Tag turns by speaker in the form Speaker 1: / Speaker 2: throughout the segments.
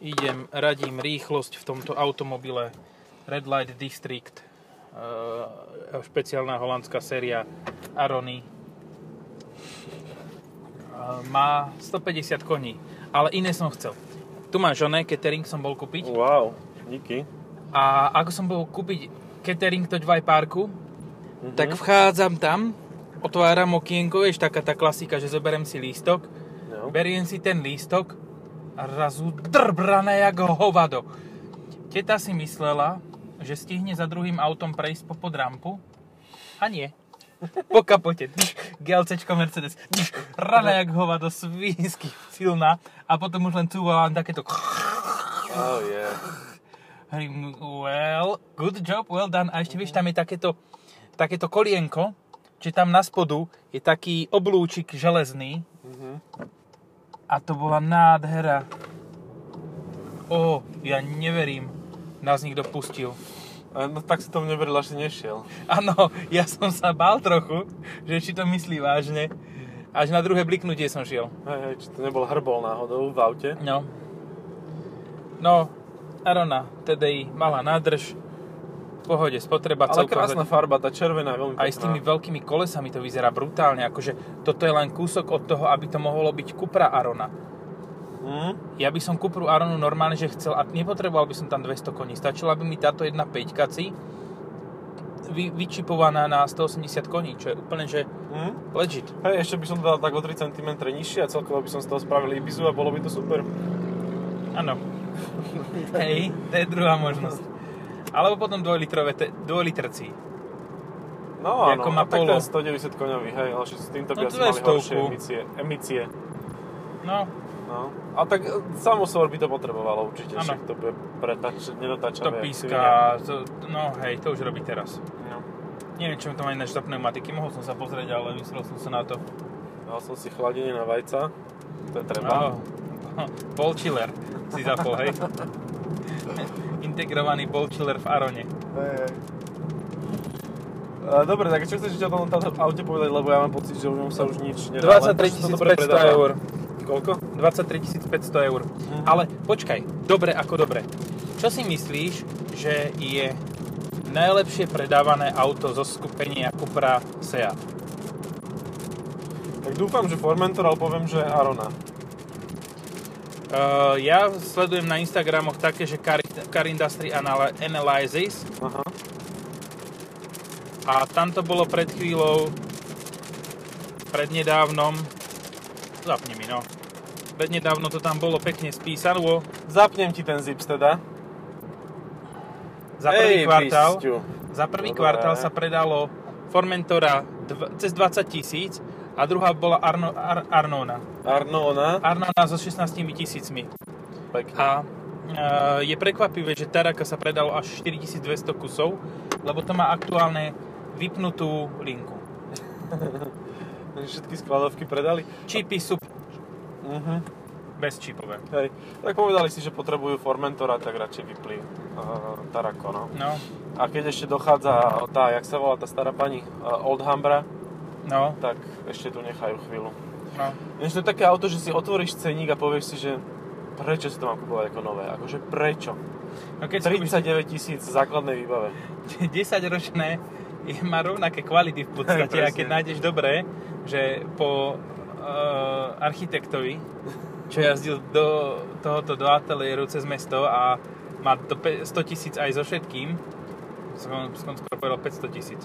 Speaker 1: idem, radím rýchlosť v tomto automobile Red Light District eh, špeciálna holandská séria Arony Eh, má 150 koní, ale iné som chcel. Tu máš oné, catering som bol kúpiť
Speaker 2: Wow, díky.
Speaker 1: a ako som bol kúpiť catering do Dvaj Parku, tak vchádzam tam, otváram okienko, vieš, taká tá klasika, že zoberem si lístok,
Speaker 2: No.
Speaker 1: Beriem si ten lístok a razu drbrané jak hovado. Teta si myslela, že stihne za druhým autom prejsť po pod rampu. A nie. Po kapote. Tš, GLCčko Mercedes. Tš, Rana jak hovado, svínsky silná. A potom už len cúvala len takéto...
Speaker 2: Oh, yeah.
Speaker 1: Hovorím, well, good job, well done. A ešte vieš, tam je takéto, takéto kolienko, či tam na spodu je taký oblúčik železný.
Speaker 2: Mhm.
Speaker 1: A to bola nádhera. Ó, ja neverím, nás nikto pustil.
Speaker 2: A no tak si tom neveril, až si nešiel.
Speaker 1: Áno, ja som sa bál trochu, že či to myslí vážne. Až na druhé bliknutie som šiel.
Speaker 2: Hej, hej, či to nebol hrbol náhodou v aute.
Speaker 1: No. No, Arona, TDI, malá nádrž, v pohode, spotreba
Speaker 2: Ale
Speaker 1: celkom
Speaker 2: krásna farba, tá červená je veľmi
Speaker 1: Aj s tými veľkými kolesami to vyzerá brutálne, akože toto je len kúsok od toho, aby to mohlo byť Cupra Arona.
Speaker 2: Mm?
Speaker 1: Ja by som Cupru Aronu normálne, že chcel a nepotreboval by som tam 200 koní. Stačila by mi táto jedna 5 kaci vy, vyčipovaná na 180 koní, čo je úplne, že
Speaker 2: Mm?
Speaker 1: legit.
Speaker 2: Hej, ešte by som to dal tak o 3 cm nižšie a celkovo by som z toho spravil Ibizu a bolo by to super.
Speaker 1: Áno. Hej, to je druhá možnosť. Alebo potom 2-litrové, te- 2-litrcí.
Speaker 2: No áno,
Speaker 1: Ako má
Speaker 2: a tak
Speaker 1: Polo.
Speaker 2: ten 190 koňový, hej, ale že s týmto by
Speaker 1: No to je
Speaker 2: asi mali horšie
Speaker 1: stovku.
Speaker 2: emície. emície.
Speaker 1: No,
Speaker 2: No. A tak e, samosvor by to potrebovalo určite,
Speaker 1: Áno.
Speaker 2: však to bude pretač,
Speaker 1: to
Speaker 2: nedotačavé.
Speaker 1: píska, to, no hej, to už robí teraz.
Speaker 2: No.
Speaker 1: Neviem, čo to má ináč za pneumatiky, mohol som sa pozrieť, ale vysrel som sa na to.
Speaker 2: Dal som si chladenie na vajca, to je treba.
Speaker 1: Ball chiller si zapol, hej? Integrovaný ball chiller v Arone.
Speaker 2: Hej, hej. E, Dobre, tak čo chceš ešte o tom táto aute povedať, lebo ja mám pocit, že o ňom sa už nič nedá. len to, že sa dobre predáva. Koľko? Mhm.
Speaker 1: 23 500 eur. Ale počkaj, dobre ako dobre. Čo si myslíš, že je najlepšie predávané auto zo skupenia Cupra Seat?
Speaker 2: Tak dúfam, že Formentor, ale poviem, že Arona.
Speaker 1: Uh, ja sledujem na Instagramoch také, že Car, Car Industry Anal- Analysis
Speaker 2: Aha.
Speaker 1: a tam to bolo pred chvíľou, prednedávnom, zapni mi no, prednedávno to tam bolo pekne spísano
Speaker 2: Zapnem ti ten zips teda.
Speaker 1: za prvý
Speaker 2: Ej,
Speaker 1: kvartál.
Speaker 2: pisťu.
Speaker 1: Za prvý
Speaker 2: Dobre.
Speaker 1: kvartál sa predalo Formentora dv- cez 20 tisíc a druhá bola Arno, Ar, Arnona.
Speaker 2: Arnona.
Speaker 1: Arnona so 16 tisícmi.
Speaker 2: Pekne.
Speaker 1: A e, je prekvapivé, že Taraka sa predalo až 4200 kusov, lebo to má aktuálne vypnutú linku.
Speaker 2: Takže Všetky skladovky predali.
Speaker 1: Čipy sú
Speaker 2: Mhm.
Speaker 1: bezčipové.
Speaker 2: Hej. Tak povedali si, že potrebujú Formentora, tak radšej vypli uh, Tarako, no.
Speaker 1: No,
Speaker 2: A keď ešte dochádza tá, jak sa volá tá stará pani, uh, Old Hambra,
Speaker 1: no,
Speaker 2: tak ešte tu nechajú chvíľu.
Speaker 1: no.
Speaker 2: Vieš, to je také auto, že si otvoríš ceník a povieš si, že prečo si to mám kupovať ako nové? Akože prečo?
Speaker 1: no keď skúpiš
Speaker 2: 39 tisíc základnej výbave.
Speaker 1: 10 ročné je, má rovnaké kvality v podstate a
Speaker 2: Presne.
Speaker 1: keď nájdeš dobré, že po uh, architektovi, čo jazdil do tohoto do ateliéru cez mesto a má to pe- 100 tisíc aj so všetkým, som, som skoro povedal 500 tisíc,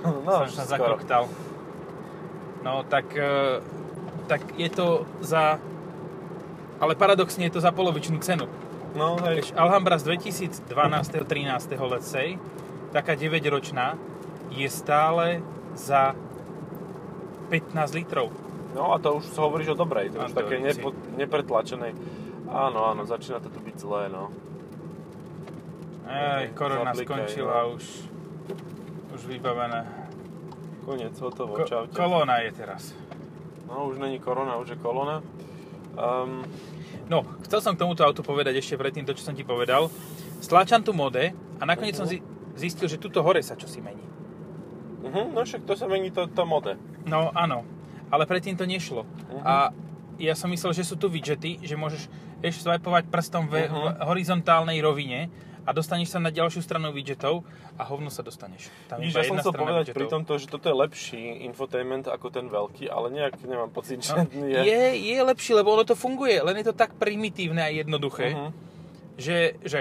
Speaker 2: No,
Speaker 1: no, som sa zakoktal. No tak, e, tak je to za, ale paradoxne je to za polovičnú cenu.
Speaker 2: No, hej.
Speaker 1: Vieš, Alhambra z 2012. 13. letcej, taká 9-ročná, je stále za 15 litrov.
Speaker 2: No a to už hovoríš o dobrej, to
Speaker 1: A
Speaker 2: už také
Speaker 1: teoretici.
Speaker 2: nepo, nepretlačenej. Áno, áno, začína to tu byť zlé, no.
Speaker 1: Ej, korona
Speaker 2: Zaplikaj,
Speaker 1: skončila už, už vybavené.
Speaker 2: Koniec, hotovo,
Speaker 1: Ko-
Speaker 2: čaute.
Speaker 1: kolóna je teraz.
Speaker 2: No, už není korona, už je kolona. Um,
Speaker 1: No, chcel som k tomuto autu povedať ešte predtým to, čo som ti povedal. Stláčam tu mode a nakoniec som zi- zistil, že tuto hore sa čosi mení.
Speaker 2: mhm, uh-huh, no však to sa mení to, to mode.
Speaker 1: No áno, ale predtým to nešlo. A
Speaker 2: Mhm.
Speaker 1: ja som myslel, že sú tu widgety, že môžeš vieš, swipovať prstom v,
Speaker 2: Mhm.
Speaker 1: v horizontálnej rovine a dostaneš sa na ďalšiu stranu widgetov a hovno sa dostaneš. Tam je
Speaker 2: Vidíš,
Speaker 1: iba
Speaker 2: ja som
Speaker 1: jedna
Speaker 2: chcel
Speaker 1: strana
Speaker 2: povedať
Speaker 1: widgetov.
Speaker 2: pri tomto, že toto je lepší infotainment ako ten veľký, ale nejak nemám pocit, že
Speaker 1: No,
Speaker 2: je.
Speaker 1: je, je lepší, lebo ono to funguje, len je to tak primitívne a jednoduché,
Speaker 2: Mhm.
Speaker 1: že, že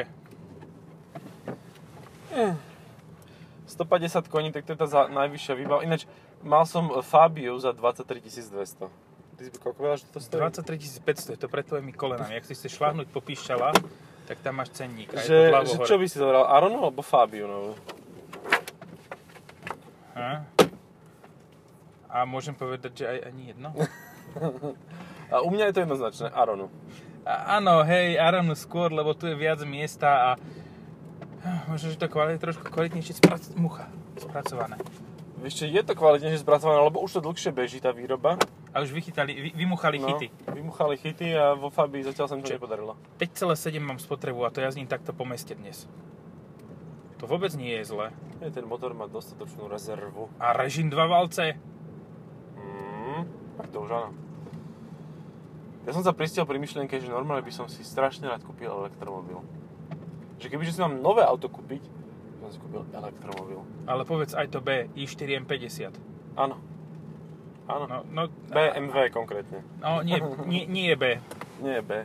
Speaker 2: 150 koní, tak to je tá za, najvyššia výbava. Ináč, mal som e, Fabiu za 23 200. Ty si koľko veľa, že to stojí?
Speaker 1: 23 500 je to pred tvojimi kolenami. Ak si chceš šláhnuť po píšťala, tak tam máš cenník. A je
Speaker 2: Že,
Speaker 1: to vľavo
Speaker 2: že
Speaker 1: hore.
Speaker 2: čo by si zobral, Aronu alebo no? Fabiu novú?
Speaker 1: A? A môžem povedať, že aj ani jedno?
Speaker 2: A u mňa je to jednoznačné, Aronu.
Speaker 1: A, áno, hej, Aranu skôr, lebo tu je viac miesta a Ah, možno, že to kvalit, trošku kvalitnejšie sprac- mucha, spracované.
Speaker 2: Vieš čo, je to kvalitnejšie spracované, lebo už to dlhšie beží tá výroba.
Speaker 1: A už vychytali, vy, vymuchali no. chyty.
Speaker 2: Vymuchali chyty a vo Fabii zatiaľ sa mi to
Speaker 1: Čo?
Speaker 2: nepodarilo.
Speaker 1: 5,7 mám spotrebu a to jazdím takto po meste dnes. To vôbec nie je zlé.
Speaker 2: Nie, ten motor má dostatočnú rezervu.
Speaker 1: A režim 2 valce?
Speaker 2: Mm, tak to už áno. Ja som sa pristiel pri myšlienke, že normálne by som si strašne rád kúpil elektromobil. Že kebyže si mám nové auto kúpiť, by som si kúpil elektromobil.
Speaker 1: Ale povedz aj to B, i4 M50.
Speaker 2: Áno. Áno.
Speaker 1: No, no,
Speaker 2: BMW konkrétne.
Speaker 1: No, nie, nie, nie je B.
Speaker 2: Nie B.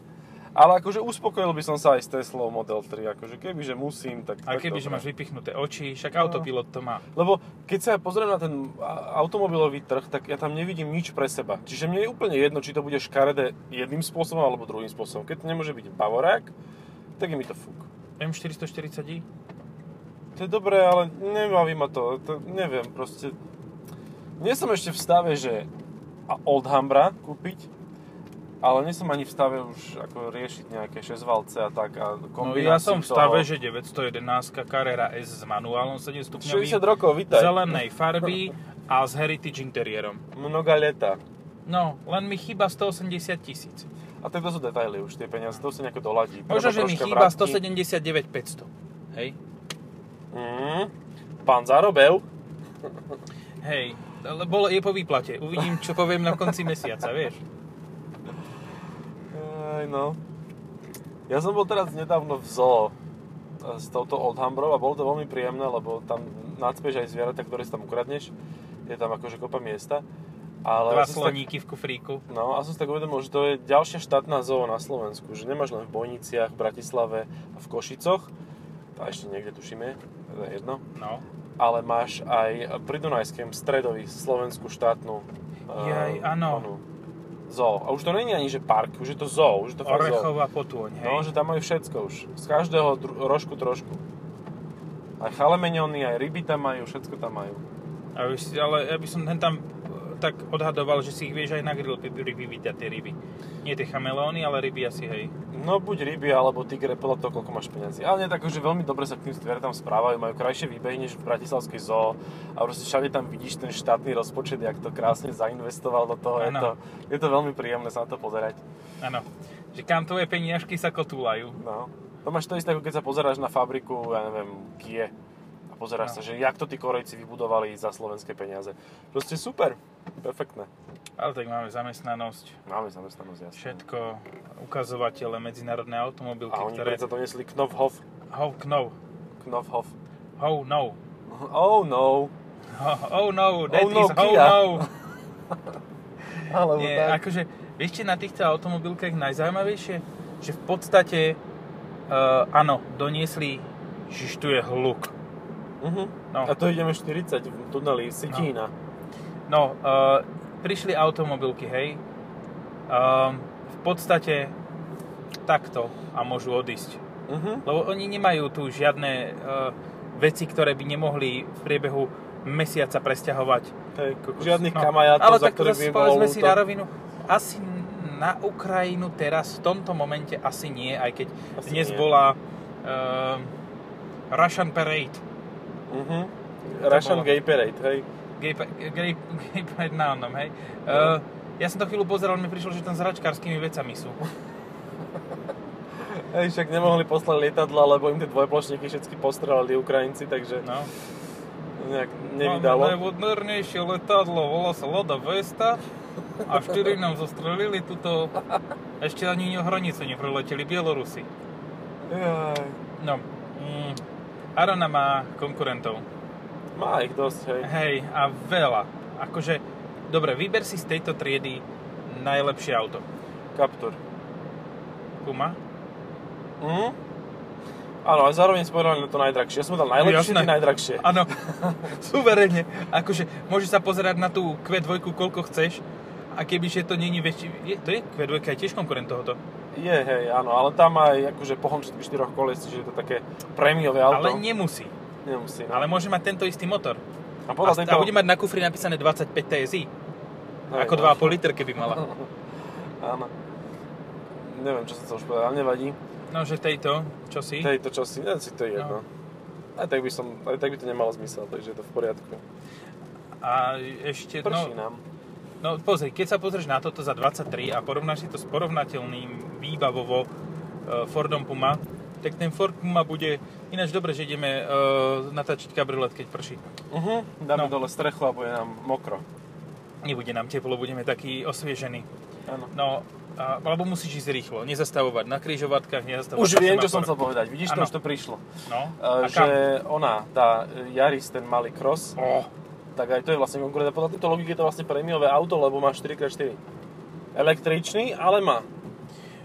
Speaker 2: Ale akože uspokojil by som sa aj s Teslou Model 3, akože kebyže musím, tak...
Speaker 1: A
Speaker 2: tak
Speaker 1: keby, že
Speaker 2: dobre.
Speaker 1: máš vypichnuté oči, však autopilot to má.
Speaker 2: Lebo keď sa ja pozriem na ten a- automobilový trh, tak ja tam nevidím nič pre seba. Čiže mne je úplne jedno, či to bude škaredé jedným spôsobom alebo druhým spôsobom. Keď to nemôže byť bavorák, tak je mi to fúk.
Speaker 1: M440i?
Speaker 2: To je dobré, ale nebaví ma to. to. Neviem, proste... Nie som ešte v stave, že a Old Hambra kúpiť, ale nie som ani v stave už ako riešiť nejaké šesťvalce a tak a
Speaker 1: No
Speaker 2: kombináciu
Speaker 1: ja som v stave,
Speaker 2: toho.
Speaker 1: že 911 Carrera S s manuálom 7 stupňovým,
Speaker 2: 60 rokov, vítaj.
Speaker 1: zelenej farby a s heritage interiérom.
Speaker 2: Mnoga leta.
Speaker 1: No, len mi chýba 180 tisíc.
Speaker 2: A tak to sú detaily už, tie peniaze, to sa nejako doladí.
Speaker 1: Možno,
Speaker 2: Treba
Speaker 1: že mi
Speaker 2: troška
Speaker 1: chýba
Speaker 2: vratky.
Speaker 1: 179 500. Hej?
Speaker 2: Mm, pán zarobil.
Speaker 1: Hej, ale bolo, je po výplate. Uvidím, čo poviem na konci mesiaca, vieš.
Speaker 2: Aj no. Ja som bol teraz nedávno v zoo e, s touto Oldhambrou a bolo to veľmi príjemné, lebo tam nadspieš aj zvieratá, ktoré si tam ukradneš. Je tam akože kopa miesta. Ale
Speaker 1: Dva
Speaker 2: ja som si tak-
Speaker 1: sloníky v kufríku.
Speaker 2: No a som si tak uvedomil, že to je ďalšia štátna zoo na Slovensku, že nemáš len v Bojniciach, v Bratislave a v Košicoch, a ešte niekde tušíme, to je jedno,
Speaker 1: No.
Speaker 2: ale máš aj pri Dunajském stredovi slovenskú štátnu e,
Speaker 1: Jaj, áno.
Speaker 2: onu, zoo. A už to není ani, že park, už je to zoo, už je to fakt zoo.
Speaker 1: Orechová potôň, hej.
Speaker 2: No, že tam majú všetko už. Z každého dru- rožku trošku. Aj chalemeniony, aj ryby tam majú, všetko tam majú.
Speaker 1: A už si, ale ja by som ten tam e, tak odhadoval, že si ich vieš aj na grill pi- ryby vydať, tie ryby. Nie tie chameleóny, ale ryby asi, hej.
Speaker 2: No buď ryby alebo tigre, podľa toho, koľko máš peniazy. Ale nie tak, že veľmi dobre sa k tým zvieratám správajú, majú krajšie výbehy než v Bratislavskej zoo a proste všade tam vidíš ten štátny rozpočet, jak to krásne zainvestoval do toho. Je
Speaker 1: Áno.
Speaker 2: to, je to veľmi príjemné sa na to pozerať.
Speaker 1: Áno. Že kam tvoje peniažky sa kotúľajú.
Speaker 2: No. To máš to isté, ako keď sa pozeráš na fabriku, ja neviem, Kie a
Speaker 1: No.
Speaker 2: pozeráš sa, že jak to tí Korejci vybudovali za slovenské peniaze. Proste super, perfektné.
Speaker 1: Ale tak máme zamestnanosť,
Speaker 2: Máme zamestnanosť, jasne.
Speaker 1: všetko, ukazovatele, medzinárodné automobilky,
Speaker 2: A oni
Speaker 1: ktoré...
Speaker 2: predsa donesli Knofhof,
Speaker 1: Ho, no.
Speaker 2: Knofhof.
Speaker 1: Ho, no.
Speaker 2: Oh no.
Speaker 1: Ho, oh no, that
Speaker 2: Oh no,
Speaker 1: is ho,
Speaker 2: Kia.
Speaker 1: no.
Speaker 2: Alebo
Speaker 1: Nie,
Speaker 2: tak.
Speaker 1: akože, vieš čo je na týchto automobilkách najzaujímavejšie? Že v podstate, uh, áno, doniesli, že tu je hluk.
Speaker 2: Mhm.
Speaker 1: No.
Speaker 2: A to ideme 40 v tuneli Sitína.
Speaker 1: No, uh, prišli automobilky, hej. Um, v podstate takto a môžu odísť.
Speaker 2: Mhm.
Speaker 1: Lebo oni nemajú tu žiadne uh, veci, ktoré by nemohli v priebehu mesiaca presťahovať.
Speaker 2: Hej,
Speaker 1: Kokos. No.
Speaker 2: žiadnych kamajátov,
Speaker 1: Ale
Speaker 2: za
Speaker 1: tak
Speaker 2: ktorých by
Speaker 1: zase
Speaker 2: im bolo
Speaker 1: povedzme si
Speaker 2: ľúto.
Speaker 1: na rovinu, asi na Ukrajinu teraz v tomto momente asi nie, aj keď
Speaker 2: Asi
Speaker 1: dnes
Speaker 2: nie.
Speaker 1: bola uh, Russian Parade.
Speaker 2: Mhm. Russian
Speaker 1: bolo.
Speaker 2: Gay Parade, hej.
Speaker 1: Gay, pa- gay, gay pride na onom, hej. Uh, ja som to chvíľu pozeral, mi prišlo, že tam s račkárskymi vecami sú.
Speaker 2: Hej, však nemohli poslať lietadla, lebo im tie dvojplošníky všetky postrelali Ukrajinci, takže
Speaker 1: No.
Speaker 2: nejak
Speaker 1: Máme
Speaker 2: nevydalo.
Speaker 1: najmodernejšie letadlo, volá sa Lada Vesta A vtedy nám zostrelili tuto... Ešte ani hranicu nepreleteli Bielorusi.
Speaker 2: Jaj.
Speaker 1: No, mm, Arona má konkurentov.
Speaker 2: Má ich dosť, hej.
Speaker 1: Hej, a veľa. Akože, dobre, vyber si z tejto triedy najlepšie auto.
Speaker 2: Captur.
Speaker 1: Puma?
Speaker 2: Mhm. Áno, a zároveň si povedal na to najdrahšie. Ja som dal najlepšie,
Speaker 1: Jasné.
Speaker 2: ty najdrahšie.
Speaker 1: Áno, suverene. Akože, môžeš sa pozerať na tú Q2, koľko chceš. A kebyže to není väčší... Je, to je Q2, je tiež konkurent tohoto.
Speaker 2: Je, hej, áno, ale tam aj akože pohon všetkých štyroch kolies, čiže je to také prémiové auto.
Speaker 1: Ale nemusí.
Speaker 2: Nemusí. no.
Speaker 1: Ale môže mať tento istý motor. A,
Speaker 2: A
Speaker 1: a
Speaker 2: podľa tejto...
Speaker 1: bude mať na kufri napísané 25 TSI.
Speaker 2: Hej,
Speaker 1: Ako
Speaker 2: no.
Speaker 1: 2,5 liter, keby mala.
Speaker 2: Áno. Neviem, čo som sa už povedal, ale nevadí.
Speaker 1: No, že tejto, čo si?
Speaker 2: Tejto časti, ja si to
Speaker 1: No.
Speaker 2: je jedno. Aj tak, by som, aj tak by to nemalo zmysel, takže je to v poriadku.
Speaker 1: A ešte, no,
Speaker 2: Prší nám.
Speaker 1: no pozri, keď sa pozrieš na toto za 23 a porovnáš si to s porovnateľným výbavovo e, Fordom Puma, tak ten Ford Puma bude, ináč dobre, že ideme e, natáčiť kabriolet, keď prší.
Speaker 2: Uh-huh, dáme
Speaker 1: No.
Speaker 2: dole strechu a bude nám mokro.
Speaker 1: Nebude nám teplo, budeme taký osviežení.
Speaker 2: Áno.
Speaker 1: No, a, alebo musíš ísť rýchlo, nezastavovať na križovatkách, nezastavovať
Speaker 2: Už
Speaker 1: na
Speaker 2: viem, čo som chcel
Speaker 1: semaforoch.
Speaker 2: povedať. Vidíš, to
Speaker 1: Áno.
Speaker 2: už to prišlo.
Speaker 1: No,
Speaker 2: Uh,
Speaker 1: a kam?
Speaker 2: že ona, tá e, Yaris, ten malý cross,
Speaker 1: Oh,
Speaker 2: tak aj to je vlastne konkurent. A Podľa tejto logiky je to vlastne prémiové auto, lebo má 4x4. Električný, ale má.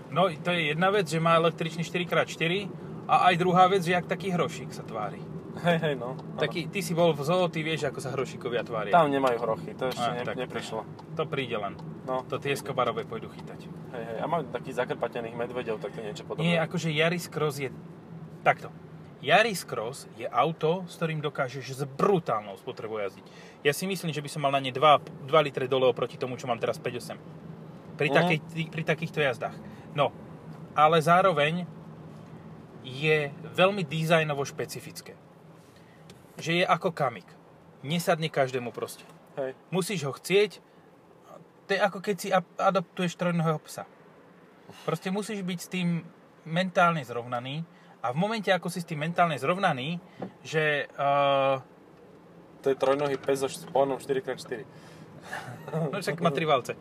Speaker 1: No, to je jedna vec, že má električný 4x4 a aj druhá vec, že jak taký hrošík sa tvári.
Speaker 2: Hej, hej, no. Áno.
Speaker 1: Taký, ty si bol v zoo, ty vieš, ako sa hrošíkovia tvária.
Speaker 2: Tam nemajú hrochy, to ešte
Speaker 1: Á,
Speaker 2: ne,
Speaker 1: tak.
Speaker 2: neprišlo.
Speaker 1: To príde len.
Speaker 2: No,
Speaker 1: To tie skobarové pôjdu chytať.
Speaker 2: hej, hej. A majú takých zakrpatených medvedov, tak to je niečo podobné.
Speaker 1: Nie, akože Yaris Cross je... Takto. Yaris Cross je auto, s ktorým dokážeš s brutálnou spotrebou jazdiť. Ja si myslím, že by som mal na ne 2, 2 litre dole oproti tomu, čo mám teraz 5,8. Pri,
Speaker 2: Mhm.
Speaker 1: takej, pri takýchto jazdách. No, ale zároveň je veľmi dizajnovo špecifické. Že je ako kamik. Nesadne každému proste.
Speaker 2: Hej.
Speaker 1: Musíš ho chcieť. To je ako keď si a- adoptuješ trojnohého psa. Proste musíš byť s tým mentálne zrovnaný a v momente, ako si s tým mentálne zrovnaný, že uh,
Speaker 2: To je trojnohý pes so št- pohonom 4x4.
Speaker 1: no však má tri valce.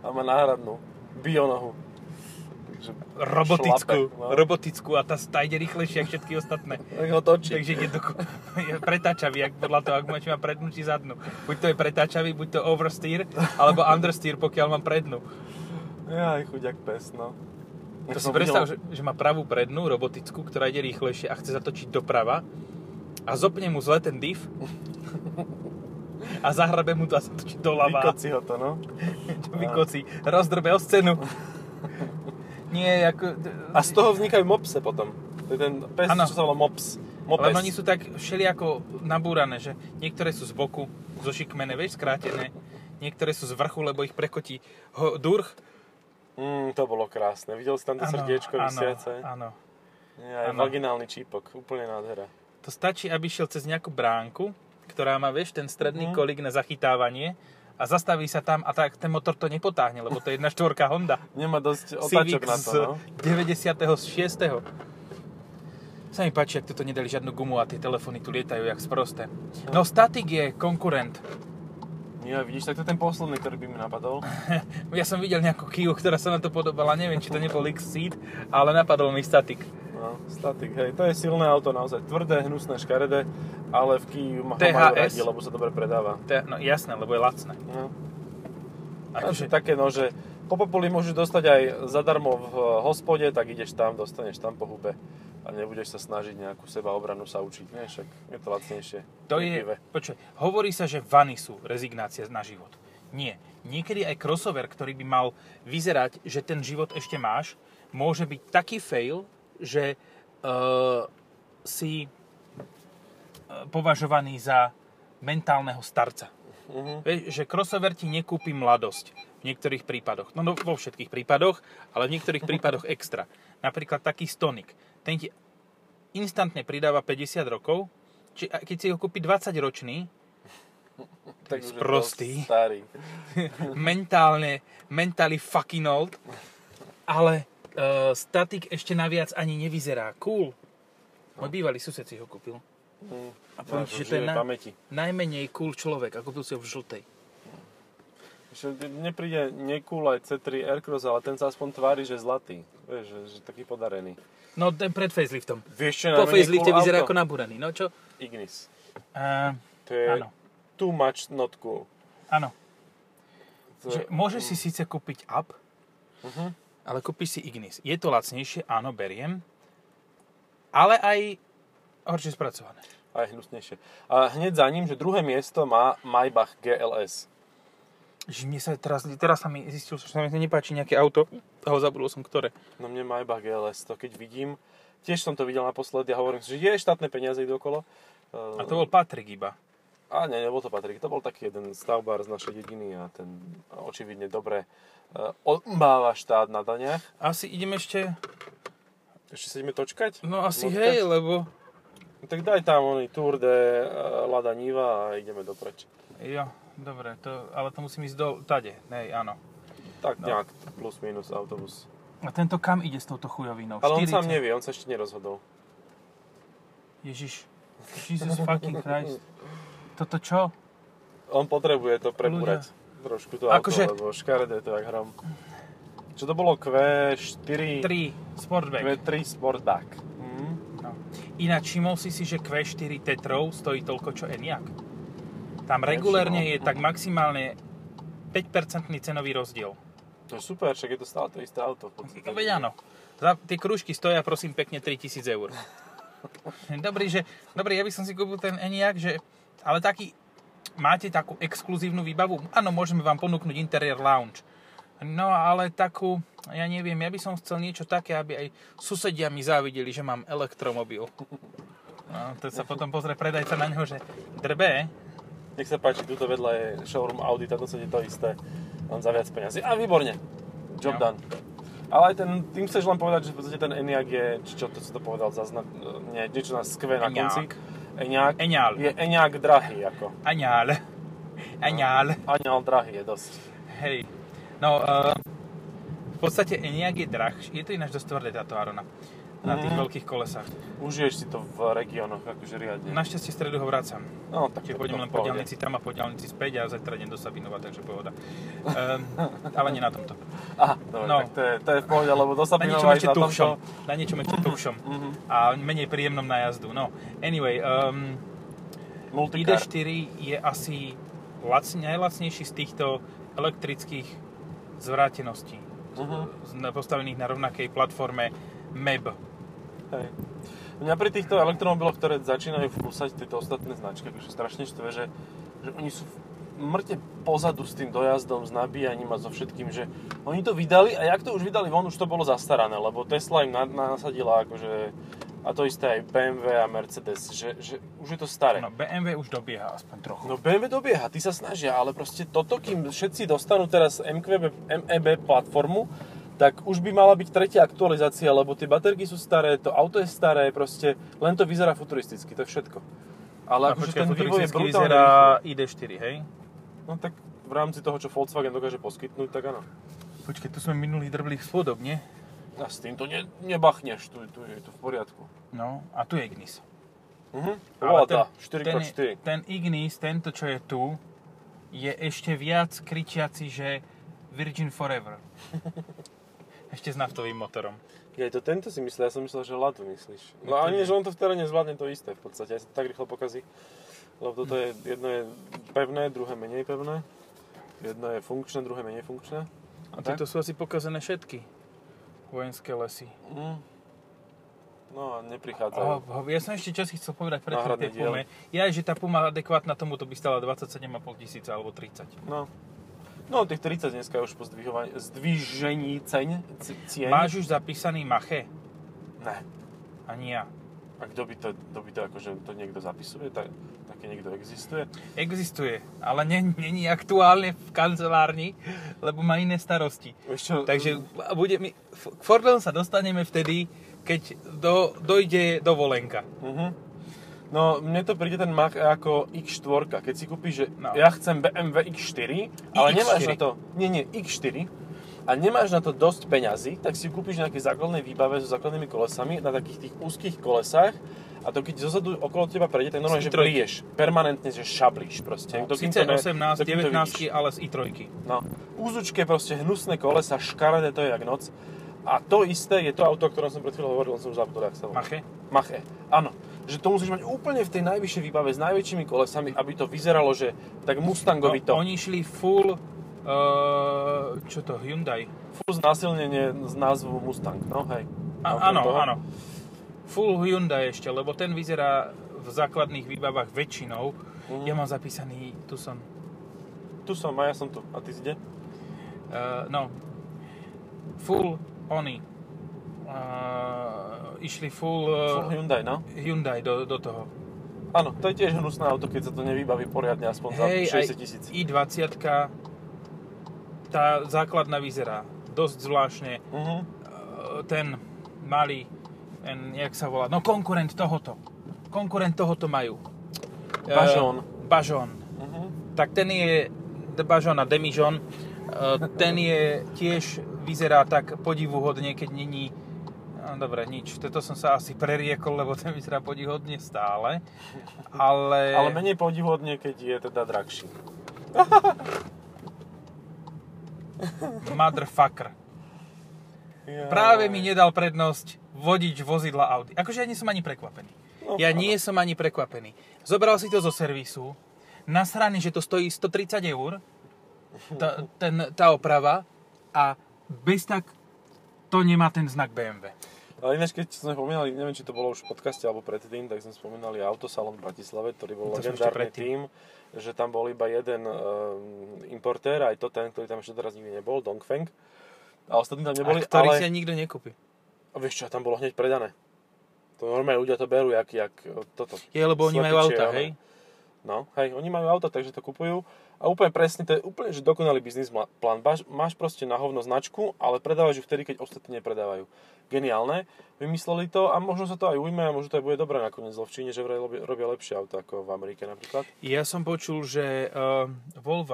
Speaker 2: A má náhradnú bionohu. Takže
Speaker 1: Robotickú,
Speaker 2: šlape, no.
Speaker 1: robotickú a tá tá ide rýchlejšie ako všetky ostatné.
Speaker 2: Tak ho točí.
Speaker 1: Takže je, doku- je pretáčavý, ak podľa toho, ak máš má prednú či zadnú. Buď to je pretáčavý, buď to oversteer, alebo understeer, pokiaľ mám prednú.
Speaker 2: Jaj, chuďak pes, no.
Speaker 1: To
Speaker 2: Ja
Speaker 1: si
Speaker 2: som
Speaker 1: predstav, že,
Speaker 2: videl-
Speaker 1: že má pravú prednú, robotickú, ktorá ide rýchlejšie a chce zatočiť doprava a zopne mu zle ten div a zahrabe mu to a zatočí doľava.
Speaker 2: Vykoci ho to, no.
Speaker 1: Čo vykocí. Rozdrbe o scénu. Nie, ako...
Speaker 2: A z toho vznikajú mopse potom. To je ten pes,
Speaker 1: Áno.
Speaker 2: čo sa volá mops. Mopes.
Speaker 1: Len oni sú tak všelijako nabúrané, že niektoré sú z boku, zošikmené, vieš, skrátené. Niektoré sú z vrchu, lebo ich prekotí ho, durch.
Speaker 2: Mm, to bolo krásne. Videl si tam to
Speaker 1: Áno,
Speaker 2: srdiečko
Speaker 1: áno,
Speaker 2: vysiace?
Speaker 1: Áno,
Speaker 2: Jaj,
Speaker 1: áno.
Speaker 2: vaginálny čípok. Úplne nádhera.
Speaker 1: To stačí, aby šiel cez nejakú bránku, ktorá má, vieš, ten stredný
Speaker 2: Mhm.
Speaker 1: kolik na zachytávanie a zastaví sa tam a tak ten motor to nepotáhne, lebo to je jedna štvorka Honda.
Speaker 2: Nemá dosť otáčok
Speaker 1: Civic
Speaker 2: na to,
Speaker 1: z
Speaker 2: no.
Speaker 1: 96. Sa mi páči, ak tuto nedali žiadnu gumu a tie telefóny tu lietajú jak sprosté. No Static je konkurent.
Speaker 2: Ja, vidíš, tak to je ten posledný, ktorý by mi napadol.
Speaker 1: Ja som videl nejakú Kiu, ktorá sa na to podobala, neviem, či to nebol X-Seed, ale napadol mi Static.
Speaker 2: No, statik, hej, to je silné auto naozaj, tvrdé, hnusné, škaredé, ale v Kiu ma ho
Speaker 1: THS?
Speaker 2: majú radi, lebo sa dobre predáva.
Speaker 1: To je- No jasné, lebo je lacné.
Speaker 2: No. Takže
Speaker 1: Akože,
Speaker 2: také no, že po popoli môžeš dostať aj zadarmo v eh, hospode, tak ideš tam, dostaneš tam po hube a nebudeš sa snažiť nejakú sebaobranu sa učiť, nie? Však je to lacnejšie.
Speaker 1: To
Speaker 2: pri
Speaker 1: je,
Speaker 2: pive.
Speaker 1: počuj, hovorí sa, že vany sú rezignácia na život. Nie. Niekedy aj crossover, ktorý by mal vyzerať, že ten život ešte máš, môže byť taký fail, že uh, si uh, považovaný za mentálneho starca.
Speaker 2: Mhm.
Speaker 1: Vieš, že crossover ti nekúpi mladosť v niektorých prípadoch. No, no vo všetkých prípadoch, ale v niektorých prípadoch extra. Napríklad taký Stonic. Ten ti instantne pridáva 50 rokov, či, a keď si ho kúpi 20 ročný,
Speaker 2: Tak
Speaker 1: je
Speaker 2: už je
Speaker 1: sprostý.
Speaker 2: to Starý.
Speaker 1: mentálne, mentally fucking old, ale uh, statik ešte naviac ani nevyzerá cool. Môj bývalý sused si ho kúpil.
Speaker 2: Mm.
Speaker 1: A poviem
Speaker 2: Máš
Speaker 1: ti, že
Speaker 2: v
Speaker 1: to je
Speaker 2: živej
Speaker 1: na,
Speaker 2: pamäti.
Speaker 1: najmenej cool človek a kúpil si ho v žltej.
Speaker 2: Že mne príde nekúl aj C3 Aircross, ale ten sa aspoň tvári, že zlatý. Vieš, že, že taký podarený.
Speaker 3: No ten pred faceliftom.
Speaker 2: Vieš, čo
Speaker 3: Po
Speaker 2: najmenej
Speaker 3: facelifte
Speaker 2: cool
Speaker 3: vyzerá
Speaker 2: auto?
Speaker 3: ako nabúraný. No čo?
Speaker 2: Ignis.
Speaker 1: Uh,
Speaker 2: To je
Speaker 1: Áno.
Speaker 2: too much not cool.
Speaker 1: áno.
Speaker 2: To
Speaker 1: Že
Speaker 2: je-
Speaker 1: môžeš si síce kúpiť up,
Speaker 2: No, mm. Mhm.
Speaker 1: ale kúpiš si Ignis. Je to lacnejšie, áno, beriem. Ale aj horšie spracované.
Speaker 2: Aj hnusnejšie. A hneď za ním, že druhé miesto má Maybach GLS.
Speaker 1: Že mne sa teraz, teraz sa mi zistil, že sa mi nepáči nejaké auto. A ho zabudol som, ktoré.
Speaker 2: No mne Maybach GLS, to keď vidím, tiež som to videl naposledy a hovorím si, že je štátne peniaze idú okolo.
Speaker 1: A to bol Patrik iba.
Speaker 2: A ne, nebol to Patrik, to bol taký jeden stavbár z našej dediny a ten očividne dobre uh, odmáva štát na daniach.
Speaker 1: Asi idem ešte,
Speaker 2: Ešte sa ideme točkať?
Speaker 1: no asi
Speaker 2: Motka?
Speaker 1: hej, lebo...
Speaker 2: Tak daj tam oný Tour de eh, Lada Niva a ideme dopreč.
Speaker 1: Jo, dobre, to, ale to musím ísť do... Tade, hej, áno.
Speaker 2: Tak
Speaker 1: No.
Speaker 2: nejak plus minus autobus.
Speaker 1: A tento kam ide s touto chujovinou?
Speaker 2: Ale on
Speaker 1: 40?
Speaker 2: sám nevie, on sa ešte nerozhodol.
Speaker 1: Ježiš, Jesus fucking Christ. Toto čo?
Speaker 2: On potrebuje to prebúrať trošku to
Speaker 1: Akože-
Speaker 2: auto, lebo škaredé to jak hrom. Čo to bolo? Q4?
Speaker 1: 3, Sportback.
Speaker 2: Q3 Sportback. Mhm.
Speaker 1: No. Ináč, všimol si si, že Q4 Tetrov stojí toľko, čo Enyaq? Tam regulérne je tak maximálne 5% cenový rozdiel.
Speaker 2: To je super, však je to stále to isté auto. v podstate.
Speaker 1: No veď áno. Za, tie krúžky stoja prosím pekne 3000 eur. Dobrý, že, dobrý, ja by som si kúpil ten Enyaq, že, ale taký, máte takú exkluzívnu výbavu? Áno, môžeme vám ponúknuť interiér lounge. No, ale takú, ja neviem, ja by som chcel niečo také, aby aj susedia mi závideli, že mám elektromobil. No, to sa potom pozrie predajca na neho, že drbe,
Speaker 2: Nech sa páči, tuto vedľa je showroom Audi, tam sa to isté. Len za viac peniazy. A výborne. Job
Speaker 1: Jo.
Speaker 2: done. Ale aj ten, tým chceš len povedať, že v podstate ten Enyaq je, či čo to si to povedal, zazna, nie, niečo na skve na konci.
Speaker 1: Enyaq.
Speaker 2: Enyaq.
Speaker 1: Eňál.
Speaker 2: Je Enyaq drahý, ako.
Speaker 1: aňál, aňál.
Speaker 2: Aňal drahý je dosť.
Speaker 1: Hej. No, uh, v podstate Enyaq je drahší. Je to ináč dosť tvrdé táto Arona. Na tých
Speaker 2: Mhm.
Speaker 1: veľkých kolesách.
Speaker 2: Užiješ si to v regiónoch, akože riadne.
Speaker 1: Našťastie v stredu ho vracam.
Speaker 2: No, tak
Speaker 1: Čiže
Speaker 2: to-
Speaker 1: pôjdem
Speaker 2: to
Speaker 1: len No,
Speaker 2: v
Speaker 1: po
Speaker 2: pohode.
Speaker 1: diálnici tam a po diálnici späť a zajtra idem do Sabinova, takže pohoda. Um, ale nie na tomto.
Speaker 2: Aha, dobre,
Speaker 1: No.
Speaker 2: tak to je, to je v pohode, lebo to sa
Speaker 1: Na
Speaker 2: pýtam
Speaker 1: niečom
Speaker 2: aj
Speaker 1: ešte
Speaker 2: na
Speaker 1: tuhšom.
Speaker 2: tomto.
Speaker 1: Na niečom ešte tuhšom.
Speaker 2: Mhm.
Speaker 1: A menej príjemnom na jazdu. No, anyway, um,
Speaker 2: Multicar.
Speaker 1: ID4 je asi lac, najlacnejší z týchto elektrických zvráteností.
Speaker 2: Mhm.
Speaker 1: Z- na- Postavených na rovnakej platforme E MEB.
Speaker 2: Hej. Mňa pri týchto elektromobiloch, ktoré začínajú vkúsať tieto ostatné značky, akože strašne štve, že, že oni sú v- mŕte pozadu s tým dojazdom, s nabíjaním a so všetkým, že oni to vydali a jak to už vydali von, už to bolo zastarané, lebo Tesla im na- nasadila akože a to isté aj BMW a Mercedes, že, že už je to staré.
Speaker 1: No, BMW už dobieha aspoň trochu.
Speaker 2: No BMW dobieha, tí sa snažia, ale proste toto, kým všetci dostanú teraz E MQB, MEB platformu, tak už by mala byť tretia aktualizácia, lebo tie baterky sú staré, to auto je staré, proste len to vyzerá futuristicky, to je všetko. Ale akože ten vývoj je brutálne
Speaker 1: vyzerá
Speaker 2: rýchly.
Speaker 1: ID4, hej?
Speaker 2: No tak v rámci toho, čo Volkswagen dokáže poskytnúť, tak áno.
Speaker 1: Počkej, tu sme minulý drbli spôdob, nie?
Speaker 2: A s týmto ne, nebachneš, tu, tu je to v poriadku.
Speaker 1: No, a tu je Ignis.
Speaker 2: Mhm.
Speaker 1: Ale
Speaker 2: Lada,
Speaker 1: ten,
Speaker 2: 4x4.
Speaker 1: ten Ignis, tento, čo je tu, je ešte viac kričiaci, že Virgin Forever. ešte s naftovým motorom.
Speaker 2: Ja to tento si myslel, ja som myslel, že Ladu myslíš.
Speaker 1: No
Speaker 2: No
Speaker 1: to
Speaker 2: a nie,
Speaker 1: nie.
Speaker 2: že on to v teréne zvládne to isté v podstate, aj sa to tak rýchlo pokazí. Lebo toto je, jedno je pevné, druhé menej pevné. Jedno je funkčné, druhé menej funkčné.
Speaker 1: A
Speaker 2: Tak?
Speaker 1: tieto sú asi pokazené všetky vojenské lesy.
Speaker 2: Mm. No a
Speaker 1: Oh,
Speaker 2: neprichádzajú.
Speaker 1: ja som ešte čas chcel povedať pred
Speaker 2: Náhradné
Speaker 1: tej Pume. Ja, že tá Puma adekvátna tomuto by stala 27,5 tisíca alebo 30.
Speaker 2: No. No tých 30 dneska je už po zdvihova- zdvížení ceň, c- cieň.
Speaker 1: Máš už zapísaný Mache?
Speaker 2: Ne.
Speaker 1: Ani ja.
Speaker 2: A kto by to, kto by to akože to niekto zapisuje, tak, také niekto existuje.
Speaker 1: Existuje, ale nen- není aktuálne v kancelárni, lebo má iné starosti.
Speaker 2: Vieš čo,
Speaker 1: Takže bude mi, f- k Fordom sa dostaneme vtedy, keď do, dojde dovolenka.
Speaker 2: Mhm. No, mne to príde ten Mach E ako X4, keď si kúpiš, že
Speaker 1: No.
Speaker 2: ja chcem BMW X4,
Speaker 1: iX4.
Speaker 2: ale nemáš na to, nie, nie, X4, a nemáš na to dosť peňazí, tak si ju kúpiš na nejakej základnej výbave so základnými kolesami, na takých tých úzkých kolesách a to keď zozadu okolo teba prejde, tak normálne, že
Speaker 1: i trojky.
Speaker 2: bríješ, permanentne, že šablíš proste. Kto kým
Speaker 1: Sice
Speaker 2: to ne-
Speaker 1: 18,
Speaker 2: kto kým to vidíš.
Speaker 1: 19, ale z i3.
Speaker 2: No, úzučke proste hnusné kolesa, škaredé, to je jak noc. A to isté je to auto, o ktorom som pred chvíľou hovoril, len som už zabudol, jak sa volá.
Speaker 1: Mache.
Speaker 2: Mache. Áno. Že to musíš mať úplne v tej najvyššej výbave s najväčšími kolesami, aby to vyzeralo, že tak
Speaker 1: No,
Speaker 2: Mustangovito.
Speaker 1: oni šli full, uh, čo to, Hyundai.
Speaker 2: Full znásilnenie z názvu Mustang, no hej. Okrem
Speaker 1: A, áno,
Speaker 2: toho.
Speaker 1: áno. Full Hyundai ešte, lebo ten vyzerá v základných výbavách väčšinou.
Speaker 2: Mhm.
Speaker 1: Ja mám zapísaný, tu som,
Speaker 2: Tu som, a ja som tu. A ty si kde?
Speaker 1: uh, no, full oni. Uh, išli full,
Speaker 2: Full
Speaker 1: uh,
Speaker 2: Hyundai, no.
Speaker 1: Hyundai do, do toho.
Speaker 2: Áno, to je tiež hnusné auto, keď sa to nevybaví poriadne, aspoň za
Speaker 1: Hej, aj
Speaker 2: 60 tisíc.
Speaker 1: i20, tá základná vyzerá dosť zvláštne.
Speaker 2: Mhm.
Speaker 1: E, Ten malý, ten, jak sa volá, no konkurent tohoto. Konkurent tohoto majú. E,
Speaker 2: Bažón.
Speaker 1: Bažón.
Speaker 2: Mhm.
Speaker 1: Tak ten je, d- Bažón a Demižón, e, ten je tiež, vyzerá tak podivuhodne, keď není No dobre, nič. Toto som sa asi preriekol, lebo ten vyzerá podihodne stále. Ale...
Speaker 2: Ale menej podivodne, keď je teda drahší.
Speaker 1: Motherfucker. Práve mi nedal prednosť vodič vozidla Audi. Akože ja nie som ani prekvapený.
Speaker 2: No,
Speaker 1: ja
Speaker 2: áno.
Speaker 1: nie som ani prekvapený. Zobral si to zo servisu, nasraný, že to stojí 130 eur, tá, ten, tá oprava, a bez tak to nemá ten znak BMW.
Speaker 2: Ale ináč, keď sme spomínali, neviem, či to bolo už v podcaste alebo predtým, tak sme spomínali Autosalon v Bratislave, ktorý bol
Speaker 1: To som ešte
Speaker 2: legendárny
Speaker 1: predtým.
Speaker 2: tým, že tam bol iba jeden um, importér, aj to ten, ktorý tam ešte teraz nikdy nebol, Dongfeng. A ostatní tam
Speaker 1: a
Speaker 2: neboli,
Speaker 1: ktorý
Speaker 2: ale...
Speaker 1: si ani nikto nekúpi.
Speaker 2: A vieš čo, tam bolo hneď predané. To normálne ľudia to berú, jak, jak e, toto.
Speaker 1: Je, lebo oni
Speaker 2: Slepý
Speaker 1: majú auta,
Speaker 2: čierne.
Speaker 1: hej?
Speaker 2: No, hej, oni majú auta, takže to kupujú. A úplne presne, to je úplne že dokonalý biznis mla- plán. Máš, máš proste na hovno značku, ale predávaš ju vtedy, keď ostatní nepredávajú. Geniálne. Vymysleli to a možno sa to aj ujme a možno to aj bude dobré nakoniec, lebo v Číne že vraj robia- robia lepšie auta ako v Amerike napríklad.
Speaker 1: Ja som počul, že uh, Volvo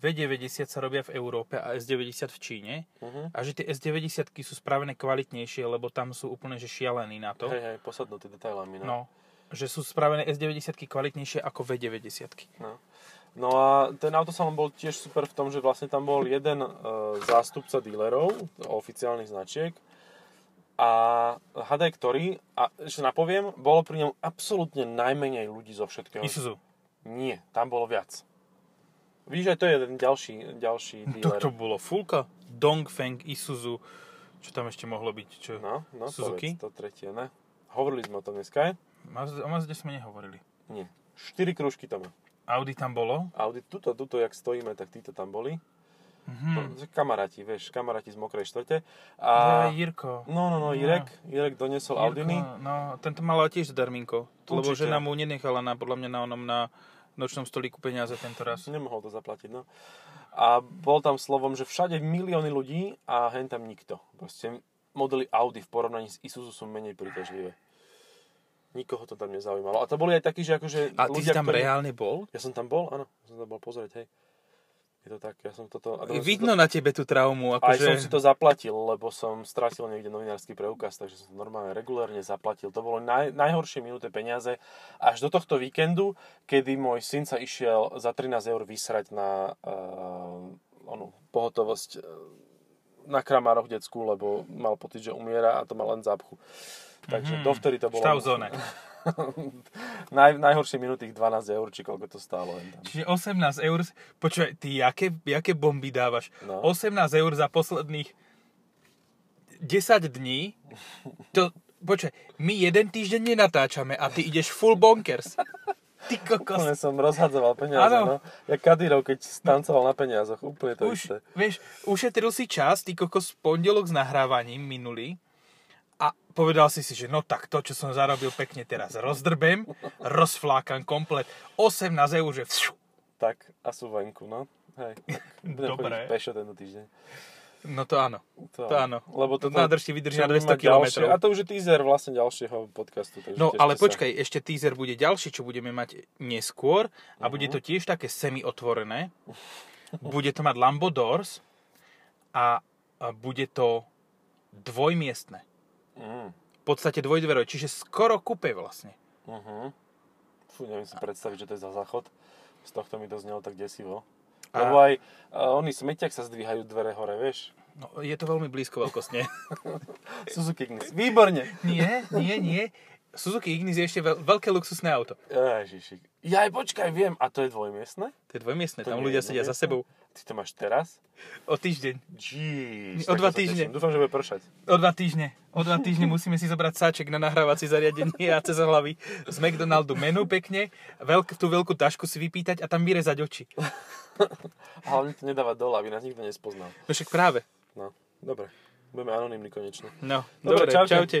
Speaker 1: V90 sa robia v Európe a S90 v Číne
Speaker 2: Mhm.
Speaker 1: a že tie S90 sú spravené kvalitnejšie, lebo tam sú úplne že šialení na to.
Speaker 2: Hej, hej, posadnutý detailami. No.
Speaker 1: No, že sú spravené S90 kvalitnejšie ako V90.
Speaker 2: No. no a ten autosalon bol tiež super v tom, že vlastne tam bol jeden e, zástupca dílerov, oficiálnych značiek, a hadaj ktorý, a ešte napoviem, bolo pri ňom absolútne najmenej ľudí zo všetkého.
Speaker 1: Isuzu.
Speaker 2: Nie, tam bolo viac. Vidíš, aj to je jeden ďalší, ďalší dealer.
Speaker 1: Toto bolo Fulka, Dongfeng, Isuzu, čo tam ešte mohlo byť? Čo? No.
Speaker 2: No, no,
Speaker 1: Suzuki?
Speaker 2: Povedz, to tretie, ne? Hovorili sme o tom dneska, aj?
Speaker 1: O Mazde sme nehovorili.
Speaker 2: Nie. 4 krúžky to má.
Speaker 1: Audi tam bolo.
Speaker 2: Audi, tuto, tuto, jak stojíme, tak títo tam boli.
Speaker 1: Mhm.
Speaker 2: To- Kamaráti, vieš, kamaráti z mokrej štvrte.
Speaker 1: A...
Speaker 2: A...
Speaker 1: Jirko.
Speaker 2: No, no, no, Irek, Irek doniesol
Speaker 1: Jirko,
Speaker 2: Audiny.
Speaker 1: No, tento mal ale tiež darminko. Lebo
Speaker 2: Určite.
Speaker 1: žena mu nenechala na, podľa mňa na onom na nočnom stolíku peniaze tento raz.
Speaker 2: Nemohol to zaplatiť, no. A bol tam slovom, že všade milióny ľudí a hen tam nikto. Proste modely Audi v porovnaní s Isuzu sú menej príťažlivé. Nikoho to tam nezaujímalo. A to boli aj takí, že akože...
Speaker 1: A ty si tam reálne bol?
Speaker 2: Ja som tam bol, áno. Ja som tam bol pozrieť, hej. Je to tak, ja som toto... A dokonca som
Speaker 1: Vidno na tebe tú traumu,
Speaker 2: To, aj som
Speaker 1: akože...
Speaker 2: si to zaplatil, lebo som stratil niekde novinársky preukaz, takže som to normálne regulérne zaplatil. To bolo naj, najhoršie minuté peniaze až do tohto víkendu, kedy môj syn sa išiel za 13 eur vysrať na uh, onu, pohotovosť eh, na kramároch detskú, lebo mal pocit, že umiera a to mal len zápchu. Takže
Speaker 1: Mhm.
Speaker 2: dovtedy to bolo...
Speaker 1: Stav zóne.
Speaker 2: naj, najhoršie minutých 12 eur, či koľko to stálo. len tam.
Speaker 1: Čiže 18 eur... Počkaj, ty, jaké, jaké bomby dávaš?
Speaker 2: No.
Speaker 1: 18 eur za posledných 10 dní. To, počkaj, my jeden týždeň nenatáčame a ty ideš full bonkers. Ty kokos.
Speaker 2: Úplne som rozhadzoval peniaze,
Speaker 1: Áno.
Speaker 2: no. Jak Kadyrov, keď tancoval na peniazoch, úplne to isté.
Speaker 1: Už, vieš, ušetril si čas, ty kokos, pondelok s nahrávaním minulý a povedal si si, že no tak to, čo som zarobil pekne teraz, rozdrbem, rozflákam komplet. 18 eur, že všu.
Speaker 2: Tak, a sú venku, no. Hej, tak budem
Speaker 1: Dobre.
Speaker 2: chodiť pešo tento týždeň.
Speaker 1: No to áno, to áno.
Speaker 2: Lebo
Speaker 1: to
Speaker 2: to
Speaker 1: nádrž ti vydrží na 200
Speaker 2: Ďalšie,
Speaker 1: km.
Speaker 2: a to už je teaser vlastne ďalšieho podcastu. Takže
Speaker 1: No
Speaker 2: tešte
Speaker 1: ale
Speaker 2: sa.
Speaker 1: počkaj, ešte teaser bude ďalší, čo budeme mať neskôr a bude to tiež také semi-otvorené. Bude to mať Lambo Doors a, a bude to dvojmiestne.
Speaker 2: Mm.
Speaker 1: V podstate dvojdverové, čiže skoro kupe vlastne.
Speaker 2: Uh-huh. Fú, neviem si predstaviť, že to je za záchod. Z tohto mi to znelo tak desivo.
Speaker 1: A-
Speaker 2: Lebo aj uh, oni smetiak sa zdvíhajú dvere hore, vieš.
Speaker 1: No, je to veľmi blízko veľkostne.
Speaker 2: Suzuki Ignis. Výborne.
Speaker 1: nie, nie, nie. Suzuki Ignis je ešte veľ, veľké luxusné auto.
Speaker 2: Ježiši. Ja aj počkaj, viem. A to je dvojmiestne?
Speaker 1: To je dvojmiestne,
Speaker 2: To
Speaker 1: tam
Speaker 2: nie
Speaker 1: ľudia
Speaker 2: je
Speaker 1: sedia za
Speaker 2: dvojmiestne?
Speaker 1: sebou
Speaker 2: Ty to máš teraz?
Speaker 1: o týždeň.
Speaker 2: Jeez.
Speaker 1: O
Speaker 2: tak
Speaker 1: dva
Speaker 2: to sa
Speaker 1: týždne.
Speaker 2: teším. Dúfam, že bude pršať.
Speaker 1: O dva týždne. O dva týždne musíme si zobrať sáček na nahrávacie zariadenie a cez hlavy z McDonaldu menu pekne, veľk, tú veľkú tašku si vypýtať a tam vyrezať oči.
Speaker 2: A Hlavne to nedáva dole, aby nás nikto nespoznal.
Speaker 1: No však práve.
Speaker 2: No, dobre. Budeme anonimní konečne.
Speaker 1: No, dobre,
Speaker 2: Dobre,
Speaker 1: čaute.
Speaker 2: čaute.
Speaker 1: čaute.